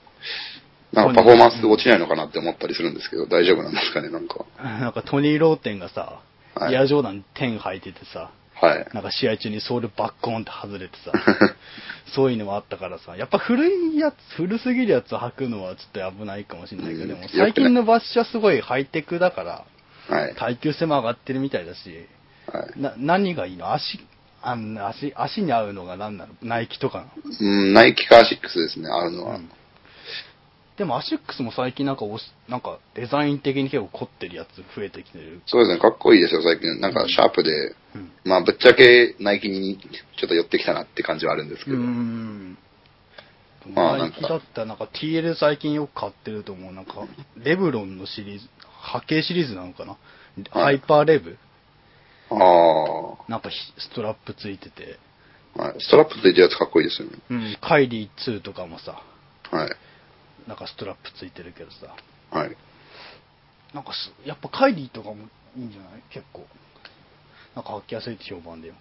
S2: なんかパフォーマンス落ちないのかなって思ったりするんですけど、大丈夫なんですかね、なんか。
S1: なんかトニー・ローテンがさ、
S2: はい
S1: エアジョーダン10履いててさ、
S2: はい。
S1: なんか試合中にソールバッコーンって外れてさ、そういうのもあったからさ、やっぱ古いやつ、古すぎるやつ履くのはちょっと危ないかもしれないけど、
S2: うん
S1: でも最近のバッシュはすごいハイテクだから、
S2: はい。
S1: 耐久性も上がってるみたいだし、
S2: はい。
S1: な何がいいの足、あの足、足に合うのが何なのナイキとかなの
S2: うん、ナイキカーシックスですね、あるのは。
S1: うんでもアシックスも最近なんかおしなんかデザイン的に結構凝ってるやつ増えてきてる。
S2: そうですね、かっこいいですよ、最近。なんか、シャープで。
S1: うん。
S2: まあ、ぶっちゃけ、ナイキにちょっと寄ってきたなって感じはあるんですけ
S1: う
S2: ど。
S1: ん。
S2: まあ
S1: ナイキだったらなんか TL 最近よく買ってると思う。なんか、レブロンのシリーズ、波形シリーズなのかなハ
S2: はい
S1: イパーレブ
S2: ああ。
S1: なんかひストラップついてて。
S2: はい、ストラップついてるやつかっこいいですよね。
S1: うん。カイリー2とかもさ、
S2: はい。
S1: なんかストラップついてるけどさ。
S2: はい。
S1: なんかす、やっぱカイリーとかもいいんじゃない結構。なんか履きやすいって評判だよ。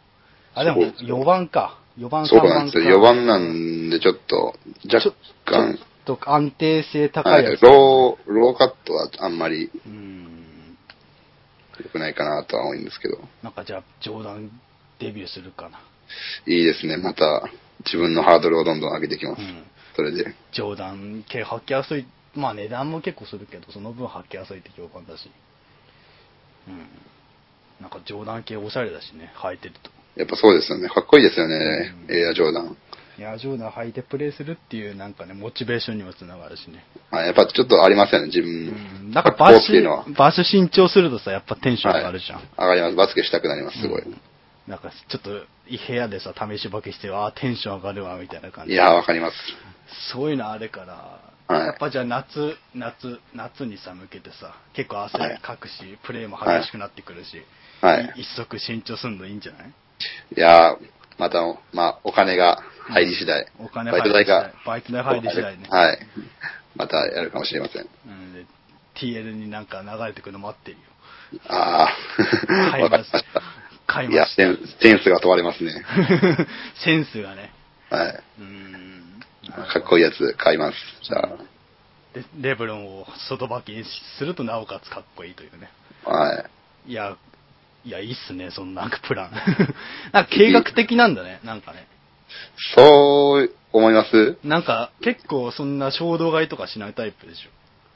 S1: あ、でも
S2: そうですね
S1: 4番か。4番、
S2: そう
S1: 3
S2: なん
S1: 番
S2: です
S1: か。
S2: よ。4番なんで、ちょっと、若干、
S1: と安定性高
S2: はいい
S1: や、つ。
S2: ロー、ローカットはあんまり
S1: うーん。
S2: 良くないかなとは思うんですけど、
S1: なんかじゃあ、冗談デビューするかな。
S2: いいですね。また、自分のハードルをどんどん上げてきます。
S1: うん
S2: それで。
S1: 冗談系履きやすい。まあ値段も結構するけど、その分履きやすいって評判だし。うん。なんか冗談系おしゃれだしね、履いてると。
S2: やっぱそうですよね。かっこいいですよね。
S1: うん
S2: エアジョーダン。
S1: いや、冗談履いてプレイするっていうなんかね、モチベーションにもつながるしね。
S2: あやっぱちょっとありますよね、自分
S1: うん
S2: の。
S1: なんか
S2: 格好
S1: バ
S2: っていうのは。
S1: ス、バス新調するとさ、やっぱテンション上がるじゃん。
S2: はい上がります。バスケしたくなります、すごい。
S1: うんなんか、ちょっと、部屋でさ、試しばけして、ああ、テンション上がるわ、みたいな感じ。
S2: いやー、わかります。
S1: そういうのあるから、
S2: はい
S1: やっぱじゃあ夏、夏、夏にさ、向けてさ、結構汗
S2: はい
S1: かくし、プレーも激しくなってくるし、
S2: はい
S1: い一足新調するのいいんじゃない
S2: いやー、また、まあ、お金が入り次第。
S1: お金
S2: バイ
S1: 入
S2: ト
S1: り次
S2: 代
S1: 第
S2: が。。
S1: バイト代入り次第ね。
S2: はい。またやるかもしれません。
S1: うんで、TL になんか流れてくるの待ってる よ。
S2: ああ、
S1: 買い
S2: わか
S1: ま
S2: り
S1: し
S2: ま
S1: た
S2: した。
S1: 買い
S2: いや
S1: まし、た
S2: センセンスが問われますね。
S1: センスがね。
S2: はい。
S1: うん。
S2: かっこいいやつ買います。じゃ
S1: でレブロンを外履きにするとなおかつかっこいいというね。
S2: あ。はい。
S1: いや、いや、いいっすね、そのなんかプラン。 なんか計画的なんだね、なんかね。
S2: そう思います
S1: なんか結構そんな衝動買いとかしないタイプでし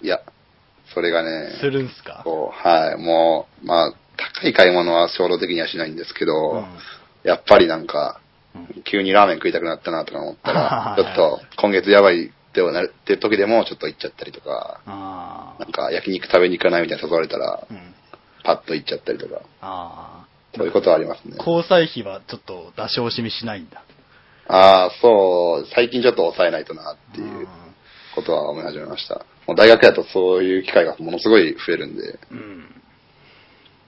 S2: いや、それが
S1: ょ
S2: ね。。
S1: するんすか
S2: こう、はい、もう、まあ、高い買い物は衝動的にはしないんですけど、
S1: うん
S2: やっぱりなんか、
S1: うん、
S2: 急にラーメン食いたくなったなとか思 ったらちょっと、今月やばいってなるって時でも、ちょっと行っちゃったりとか、
S1: あ
S2: なんか、焼肉食べに行かないみたいな誘われたら
S1: あ。う、ん。
S2: パッと行っちゃったりとか、
S1: あ
S2: そういうことはありますね
S1: あ。。交際費はちょっと出し惜しみしないんだ。
S2: ああ、そう、最近ちょっと抑えないとなっていうことは思い始めました。もう大学だとそういう機会がものすごい増えるんで、
S1: うん。うん。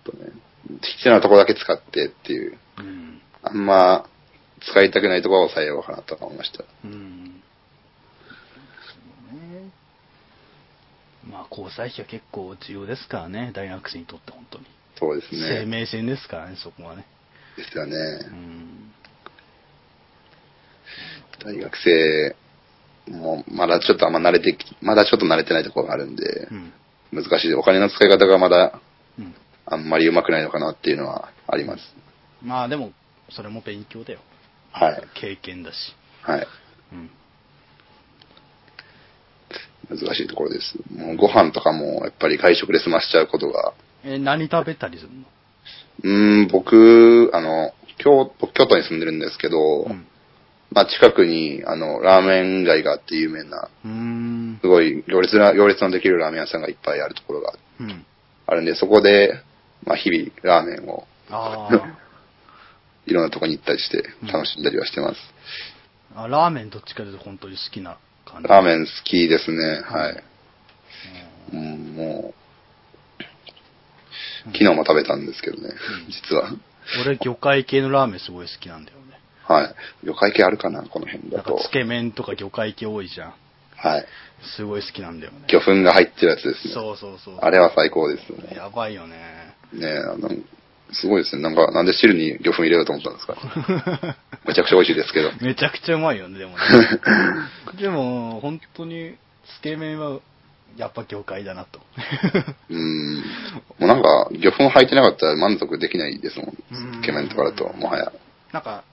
S2: ちょっとね、必要なとこだけ使ってっていう
S1: うん。
S2: あんま使いたくないところを抑えようかなと思いました。
S1: うん。そうねまあ、交際費は結構重要ですからね、大学生にとって本当に。
S2: そうです
S1: 生
S2: ね。
S1: 命線ですからね、そこはね。
S2: ですよね。
S1: うん。
S2: 大学生もまだちょっとあんま慣れてき、まだちょっと慣れてないところがあるんで
S1: う、ん。
S2: 難しい。お金の使い方がまだ
S1: うん。
S2: あんまり上手くないのかなっていうのはあります。
S1: まあ、でも、それも勉強だよ。
S2: はい。
S1: 経験だし。
S2: はい。
S1: うん。
S2: 難しいところです。もうご飯とかもやっぱり外食で済ましちゃうことが、
S1: え、何食べたりするの
S2: うーん、僕、あの、京僕京都に住んでるんですけど、
S1: うん。
S2: まあ近くに、あの、ラーメン街があって有名な
S1: うーん
S2: す。ごい行列な、行列のできるラーメン屋さんがいっぱいあるところが
S1: うん。
S2: あるんで、そこで、まあ日々ラーメンを
S1: あー
S2: いろんなとこに行ったりして
S1: うん
S2: 楽しんだりはしてます。
S1: あ。ラーメンどっちかというと本当に好きな感じ。
S2: ラーメン好きですね、はい。
S1: う
S2: うん、もう
S1: うん、
S2: 昨日も食べたんですけどね、実は。
S1: ん俺、魚介系のラーメンすごい好きなんだよね。
S2: はい。魚介系あるかな、この辺
S1: なん
S2: だ
S1: か、
S2: と。
S1: つけ麺とか魚介系多いじゃん。
S2: はい。
S1: すごい好きなんだよね。
S2: 魚粉が入ってるやつですね。
S1: そうそうそう。
S2: あれは最高ですよね。
S1: やばいよね。
S2: ねえあの、すごいですね。なんか、なんで汁に魚粉入れようと思ったんですか めちゃくちゃ美味しいですけど。
S1: めちゃくちゃうまいよね、でも ね。でも、本当に、つけ麺は、やっぱ魚介だなと。
S2: うーん。もうなんか、魚粉入ってなかったら満足できないですも
S1: うん
S2: ん。つけ麺とかだと、もはや。
S1: なんか、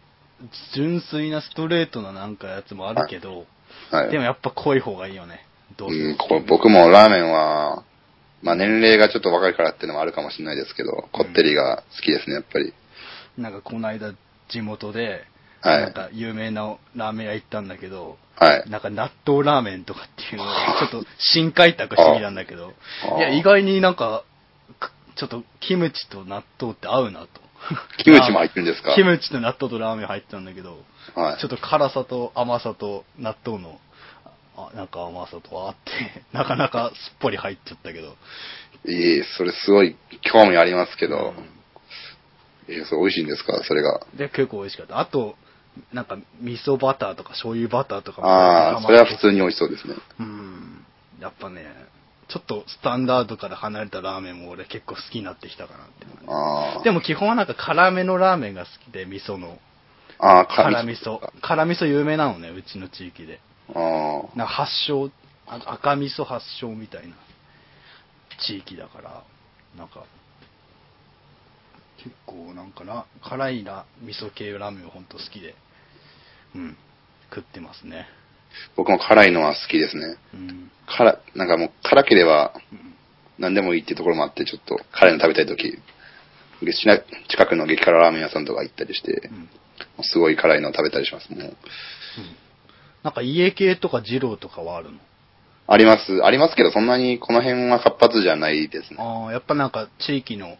S1: 純粋なストレートななんかやつもあるけど、
S2: はい。
S1: でもやっぱ濃い方がいいよね。どうせ
S2: うん、こう僕もラーメンは、まあ年齢がちょっと若いからっていうのもあるかもしれないですけど、こってりが好きですね、やっぱり。
S1: なんかこの間地元で、
S2: はい
S1: なんか有名なラーメン屋行ったんだけど、
S2: はい。
S1: なんか納豆ラーメンとかっていうのをちょっと新開拓してみたんだけど
S2: あ、あ
S1: いや意外になんか、くちょっとキムチと納豆って合うなと。
S2: キムチも入ってるんです か
S1: キムチと納豆とラーメン入ってたんだけど、
S2: はい
S1: ちょっと辛さと甘さと納豆の、あなんか甘さとあって、なかなかすっぽり入っちゃったけど。
S2: ええそれすごい興味ありますけど、
S1: うん
S2: ええそれ美味しいんですかそれが。
S1: で、結構美味しかった。あと、なんか、味噌バターとか醤油バターとかも
S2: ああ、それは普通に美味しそうですね。
S1: うん。やっぱね、ちょっとスタンダードから離れたラーメンも俺結構好きになってきたかなっていうのがね
S2: ああ。
S1: でも基本はなんか辛めのラーメンが好きで、味噌の。
S2: ああ、
S1: 辛
S2: 辛
S1: 味
S2: 味
S1: 噌。辛味噌有名なのね、うちの地域で。
S2: ああ。
S1: なんか発祥、あ赤味噌発祥みたいな地域だから、なんか、結構なんかな、辛いな、味噌系ラーメンはほんと好きで、うん、食ってますね。
S2: 僕も辛いのは好きですね。
S1: うん。
S2: 辛、なんかもう辛ければ
S1: うん
S2: 何でもいいっていうところもあって、ちょっと辛いの食べたいとき、しな近くの激辛ラーメン屋さんとか行ったりして
S1: う、ん
S2: すごい辛いのを食べたりします。もう
S1: なんか家系とか二郎とかはあるの
S2: あります、ありますけど、そんなにこの辺は活発じゃないですね。
S1: ああ、やっぱなんか地域の、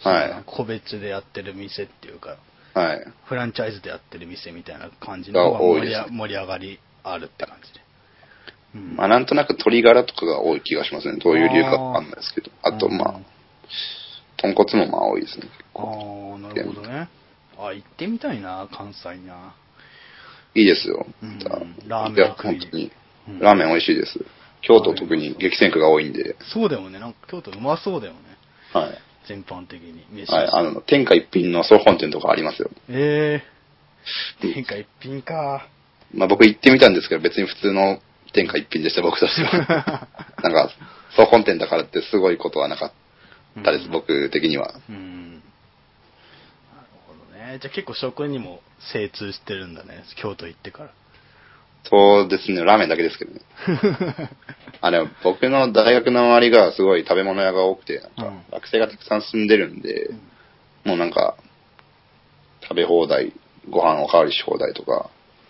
S2: はい
S1: 個別でやってる店っていうか、
S2: はい。
S1: フランチャイズでやってる店みたいな感じの方が
S2: が多い
S1: 盛り
S2: ですね
S1: あ盛り上がりあるって感じで。うん
S2: まあ、なんとなく鶏ガラとかが多い気がしますね。どういう理由かわかんないですけど。あと、
S1: うん
S2: まあ、豚骨もまあ多いですね。結
S1: あ
S2: 構
S1: ーなるほどねあ行ってみたいな関西な、
S2: いいですよ。
S1: うん
S2: だ
S1: ラーメン
S2: いや、
S1: 食い
S2: 本当に
S1: うん。
S2: ラーメン美味しいです。京都特に激戦区が多いんで、
S1: そうだよねなんか京都うまそうだよね
S2: はい。
S1: 全般的に飯
S2: はい、あの、天下一品の総本店とかありますよ。
S1: ええー、天下一品か
S2: まあ僕行ってみたんですけど、別に普通の天下一品でした、僕とし ては。 なんか、総本店だからってすごいことはなかったです、
S1: うん
S2: 僕的には。
S1: うん。なるほどね。じゃあ結構食にも精通してるんだね。京都行って から。
S2: そうですね、ラーメンだけですけどね。あ、でも僕の大学の周りがすごい食べ物屋が多くて、なん
S1: う
S2: か
S1: ん
S2: 学生がたくさん住んでるんで、
S1: ん
S2: もうなんか、食べ放題、ご飯おかわりし放題とか、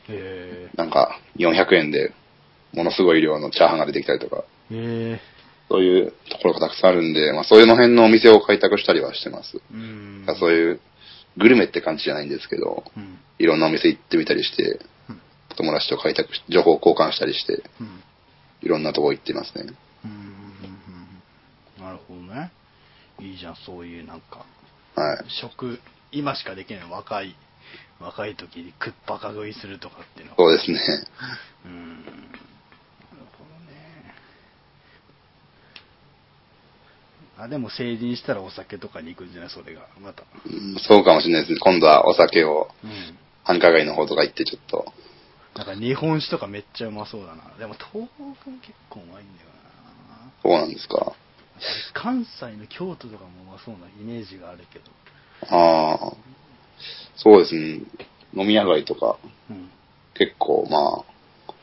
S1: へ
S2: なんか400円でものすごい量のチャーハンが出てきたりとか、
S1: え。へえ。
S2: そういうところがたくさんあるんで、まあそういうの辺のお店を開拓したりはしてます。
S1: うん。
S2: だからそういうグルメって感じじゃないんですけど、
S1: うん。
S2: いろんなお店行ってみたりして
S1: うん、
S2: 友達と開拓し、情報交換したりして、
S1: うん。
S2: いろんなとこ行ってますね。
S1: うんうんうんなるほどね。いいじゃん、そういうなんか、
S2: はい。
S1: 食、今しかできない若い、若い時にくっばか食いするとかっていうのは。
S2: そうですね。
S1: うん。なるほどね。あ、でも成人したらお酒とかに行くんじゃないそれが。また。
S2: うんそうかもしれないですね。今度はお酒を
S1: うん。
S2: 繁華街の方とか行ってちょっと。
S1: なんか日本酒とかめっちゃうまそうだな。でも東北も結構うまいんだよな。
S2: そうなんですか。
S1: 関西の京都とかもうまそうなイメージがあるけど。
S2: ああ。そうですね。飲み屋街とか、
S1: うん。
S2: 結構まあ、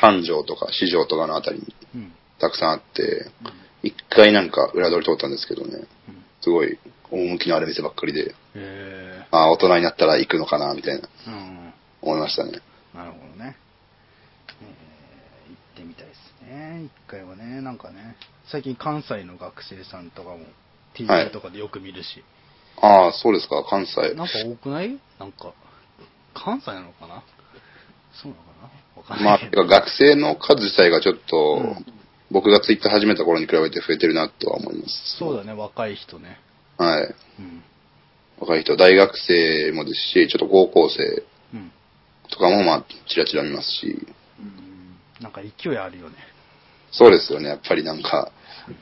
S2: 三条とか四条とかのあたりに
S1: うん。
S2: たくさんあって、
S1: うん
S2: 一回なんか裏取り通ったんですけどね、
S1: うん
S2: すごい趣のある店ばっかりで、
S1: へ
S2: ああ、大人になったら行くのかな、みたいな
S1: えうん。
S2: 思いましたね。
S1: なるほどね。えー行ってみたいですね。一回はね、なんかね、最近関西の学生さんとかも T シ
S2: はい
S1: ャツとかでよく見るし、
S2: ああ、そうですか、関西。
S1: なんか多くないなんか、関西なのかなそうなのかなわかん
S2: ま
S1: な
S2: あ、
S1: いけ
S2: て
S1: ど。
S2: か学生の数自体がちょっ
S1: う
S2: と、
S1: ん
S2: 僕がツイッター始めた頃に比べて増えてるなとは思います。
S1: そうだね、若い人ね。
S2: はい。
S1: うん。
S2: 若い人、大学生もですし、ちょっと高校生
S1: うん。
S2: とかもまあ、ちらちら見ますし、
S1: うんなんか勢いあるよね。
S2: そうですよね、やっぱりなんか、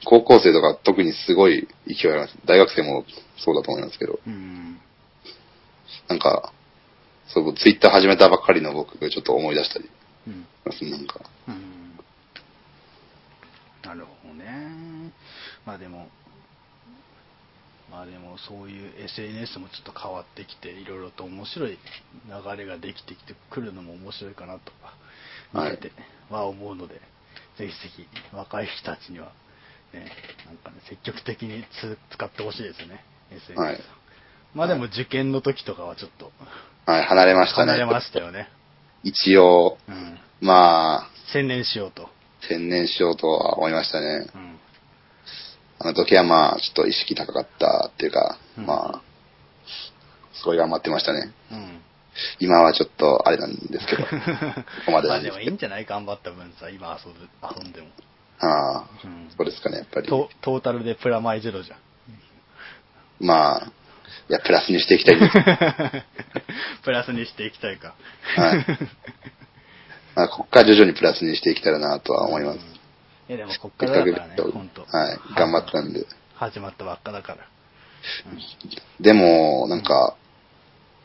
S2: 高校生とか特にすごい勢いあります。大学生もそうだと思いますけど、
S1: うん。
S2: なんか、そう、ツイッター始めたばっかりの僕がちょっと思い出したり
S1: うん。
S2: しますね、なんか。
S1: うんなるほどね。まあでも、まあでもそういう SNS もちょっと変わってきて、いろいろと面白い流れができてきてくるのも面白いかなとか、
S2: はい
S1: 見てては思うので、ぜひぜひ若い人たちには、ね、なんかね、積極的につ使ってほしいですね、SNS を。
S2: はい
S1: まあでも受験の時とかはちょっと
S2: はい、離れましたね。
S1: 離れましたよね。
S2: 一応、
S1: うん。
S2: まあ、
S1: 専念しようと。
S2: 専念しようとは思いましたね。
S1: うん。
S2: あの時はまあ、ちょっと意識高かったっていうか、
S1: うん
S2: まあ、すごい頑張ってましたね。
S1: うん。
S2: 今はちょっとあれなんです けど、ここまで
S1: ま
S2: な
S1: あ
S2: ん
S1: で
S2: で
S1: も
S2: す
S1: いい
S2: けど
S1: ん。じゃない頑張った分さ、今遊ぶ、遊んでも。
S2: ああ、
S1: うん
S2: そうですかね、やっぱり。
S1: トトータルでプラマイゼロじゃん。
S2: まあ、いや、プラスにしていきたいです。
S1: プラスにしていきたいか。
S2: はいまあ、ここから徐々にプラスにしていけたらなとは思いま
S1: う
S2: す
S1: ん。いやでもこっからだからね
S2: せっか、く
S1: 本当。
S2: はい、頑張ったんで。
S1: 始まったばっかだから。
S2: でも、なんか、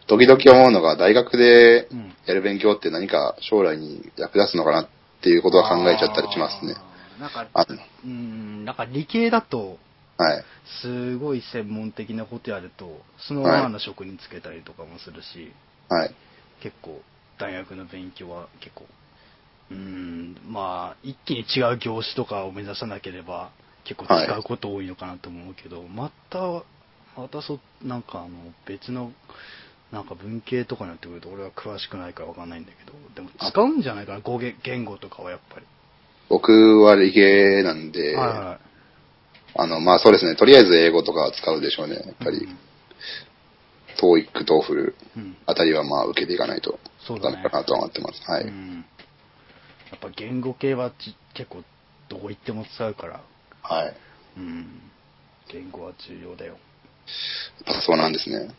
S2: 時々思うのが、大学で
S1: うん
S2: やる勉強って何か将来に役立つのかなっていうことは考えちゃったりしますね。
S1: あー。なんか、
S2: あ
S1: うん、なんか理系だと、
S2: はい。
S1: すごい専門的なことやると、そのままの職に就けたりとかもするし、
S2: はい。
S1: 結構大学の勉強は結構うーんまあ一気に違う業種とかを目指さなければ結構
S2: はい
S1: 違うこと多いのかなと思うけど、またまたそなんかあの別のなんか文系とかになってくると俺は詳しくないからわかんないんだけどでも使うんじゃないかな語源言語とかはやっぱり、
S2: 僕は理系なんで、
S1: はいはい
S2: あの、まあそうですね、とりあえず英語とかは使うでしょうね。やっぱり、トーイック、トーフル
S1: うんうん
S2: あたりはまあ受けていかないと
S1: そうだ
S2: ダ
S1: ね
S2: メかなとは思ってます。は
S1: う
S2: い。
S1: んやっぱ言語系はち結構どこ行っても使うから
S2: はい。
S1: うん言語は重要だよ
S2: やっぱそうなんですね。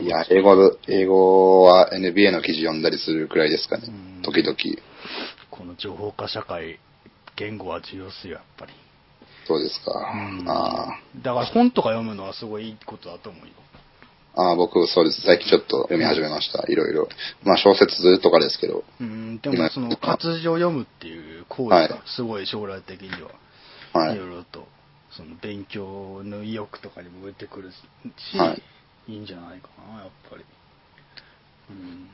S1: うん
S2: いや、英語の、英語は NBA の記事読んだりするくらいですかね
S1: うん。
S2: 時々。
S1: この情報化社会、言語は重要っすよ、やっぱり。
S2: そうですか。ああ。
S1: だから本とか読むのはすごいいいことだと思うよ。
S2: ああ、僕、そうです。最近ちょっと読み始めました。いろいろ。まあ、小説とかですけど。
S1: うん、でもその活字を読むっていう行為がすごい将来的には、、
S2: はいい。
S1: ろいろとその勉強の意欲とかにも出てくるし、
S2: はい
S1: い、いんじゃないかなやっぱり、うん、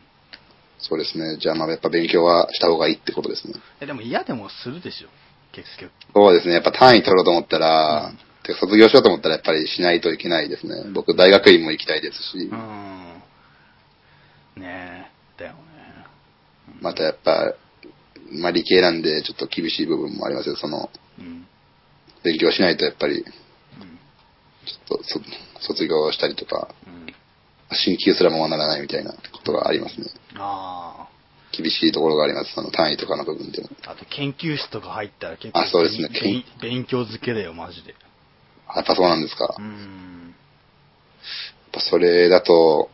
S2: そうですね。じゃあ、まあ、やっぱ勉強はした方がいいってことですね。
S1: えでも嫌でもするでしょ結局
S2: そうですね。やっぱ単位取ろうと思ったら、
S1: うん
S2: てか卒業しようと思ったらやっぱりしないといけないですね。僕、大学院も行きたいですし、
S1: うんねえだよね
S2: またやっぱ、まあ、理系なんでちょっと厳しい部分もありますよ。その、
S1: うん
S2: 勉強しないとやっぱり、ち
S1: うん
S2: ょっとそ卒業したりとか、
S1: うん
S2: 進級すらもならないみたいなことがありますね。
S1: あ
S2: 厳しいところがあります。その単位とかの部分でも。
S1: ああと研究室とか入ったら結構
S2: あそうですね
S1: 勉勉強漬けだよマジで
S2: やっぱそうなんですか。
S1: う
S2: やっ
S1: ん
S2: ぱそれだと、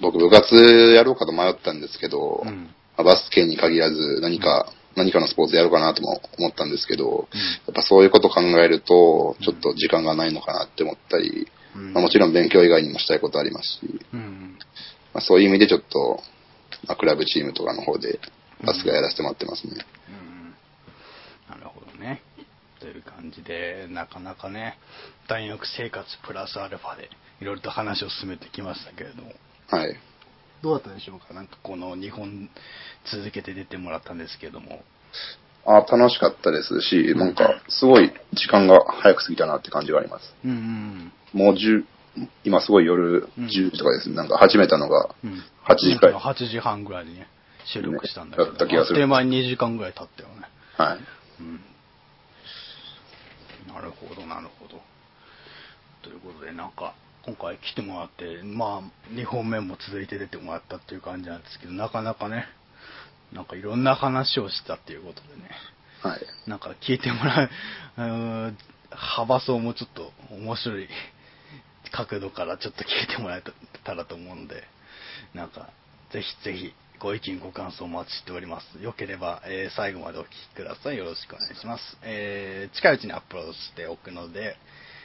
S2: 僕部活やろうかと迷ったんですけど、
S1: うん
S2: まあバスケに限らず何か、何かのスポーツやろうかなとも思ったんですけど、
S1: うん
S2: やっぱそういうことを考えると、ちょっと時間がないのかなって思ったり、
S1: うん
S2: まあもちろん勉強以外にもしたいことありますし、
S1: うん
S2: まあそういう意味でちょっと、まあクラブチームとかの方でバスケやらせてもらってますね。
S1: うんなるほどね。という感じで、なかなかね、大学生活プラスアルファで、いろいろと話を進めてきましたけれども、
S2: はい。
S1: どうだったでしょうかなんかこの2本続けて出てもらったんですけども。
S2: あ楽しかったですし、なんかすごい時間が早く過ぎたなって感じがあります。
S1: うん
S2: もう10、今すごい夜
S1: うん
S2: 10時とかですね。なんか始めたのが
S1: うん。うん。
S2: 8時くらい。は
S1: 8時半ぐらいにね、収録したんだけど、
S2: ねだった気がす
S1: あっとい
S2: る
S1: う間に2時間ぐらい経ったよね。う
S2: い。
S1: んなるほど、なるほど。ということで、なんか、今回来てもらって、まあ、2本目も続いて出てもらったっていう感じなんですけど、なかなかね、なんかいろんな話をしたっていうことでね、
S2: はい。
S1: なんか聞いてもらう、 うーん幅層もちょっと面白い角度からちょっと聞いてもらえたらと思うので、なんか、ぜひぜひ、ご意見、ご感想お待ちしております。よければ、えー最後までお聞きください。よろしくお願いします。えー近いうちにアップロードしておくので、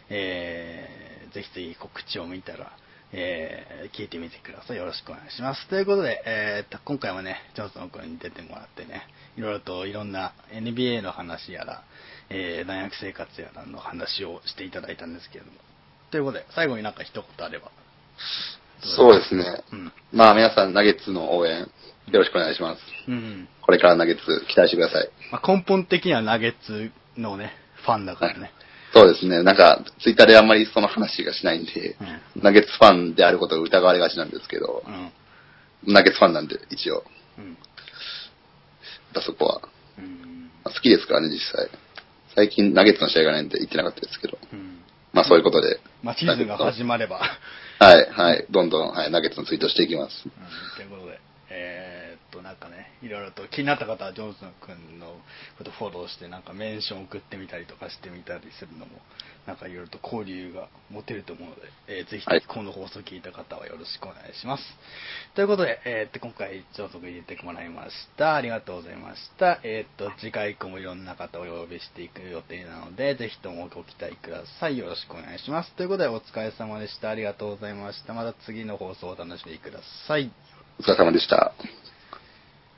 S1: えーぜひぜひ告知を見たら、えー聞いてみてください。よろしくお願いします。ということで、えーと今回もね、ジョンソン君に出てもらってね、いろいろといろんな NBA の話やら、えー大学生活やらの話をしていただいたんですけれども。ということで、最後になんか一言あれば。
S2: そうですね。
S1: うん。
S2: まあ皆さん、ナゲッツの応援、よろしくお願いします。
S1: うん。
S2: これからナゲッツ期待してください。
S1: まあ、根本的にはナゲッツのね、ファンだからね。
S2: そうですね。なんか、ツイッターであんまりその話がしないんで、ナゲッツファンであることを疑われがちなんですけど
S1: う、ん。
S2: ナゲッツファンなんで、一応、やっ
S1: うん。
S2: ぱそこは。
S1: うん。
S2: まあ好きですからね、実際。最近、ナゲッツの試合がないんで行ってなかったですけど、
S1: うん。
S2: まあそういうことで、
S1: まあ、シーズンが始まれば。
S2: はい、はい、どんどん、はい、ナゲッツのツイートしていきます。
S1: うんということで、えーっと、なんかね、いろいろと気になった方は、ジョンソン君のことフォローして、なんかメンション送ってみたりとかしてみたりするのも、なんかいろいろと交流が持てると思うので、えーぜひ
S2: はい、
S1: この放送を聞いた方はよろしくお願いします。ということで、えーっと、今回、ジョンソン君に出てもらいました。ありがとうございました。えーっと、次回以降もいろんな方をお呼びしていく予定なので、ぜひともご期待ください。よろしくお願いします。ということで、お疲れ様でした。ありがとうございました。また次の放送をお楽しみください。
S2: お疲れ様でした。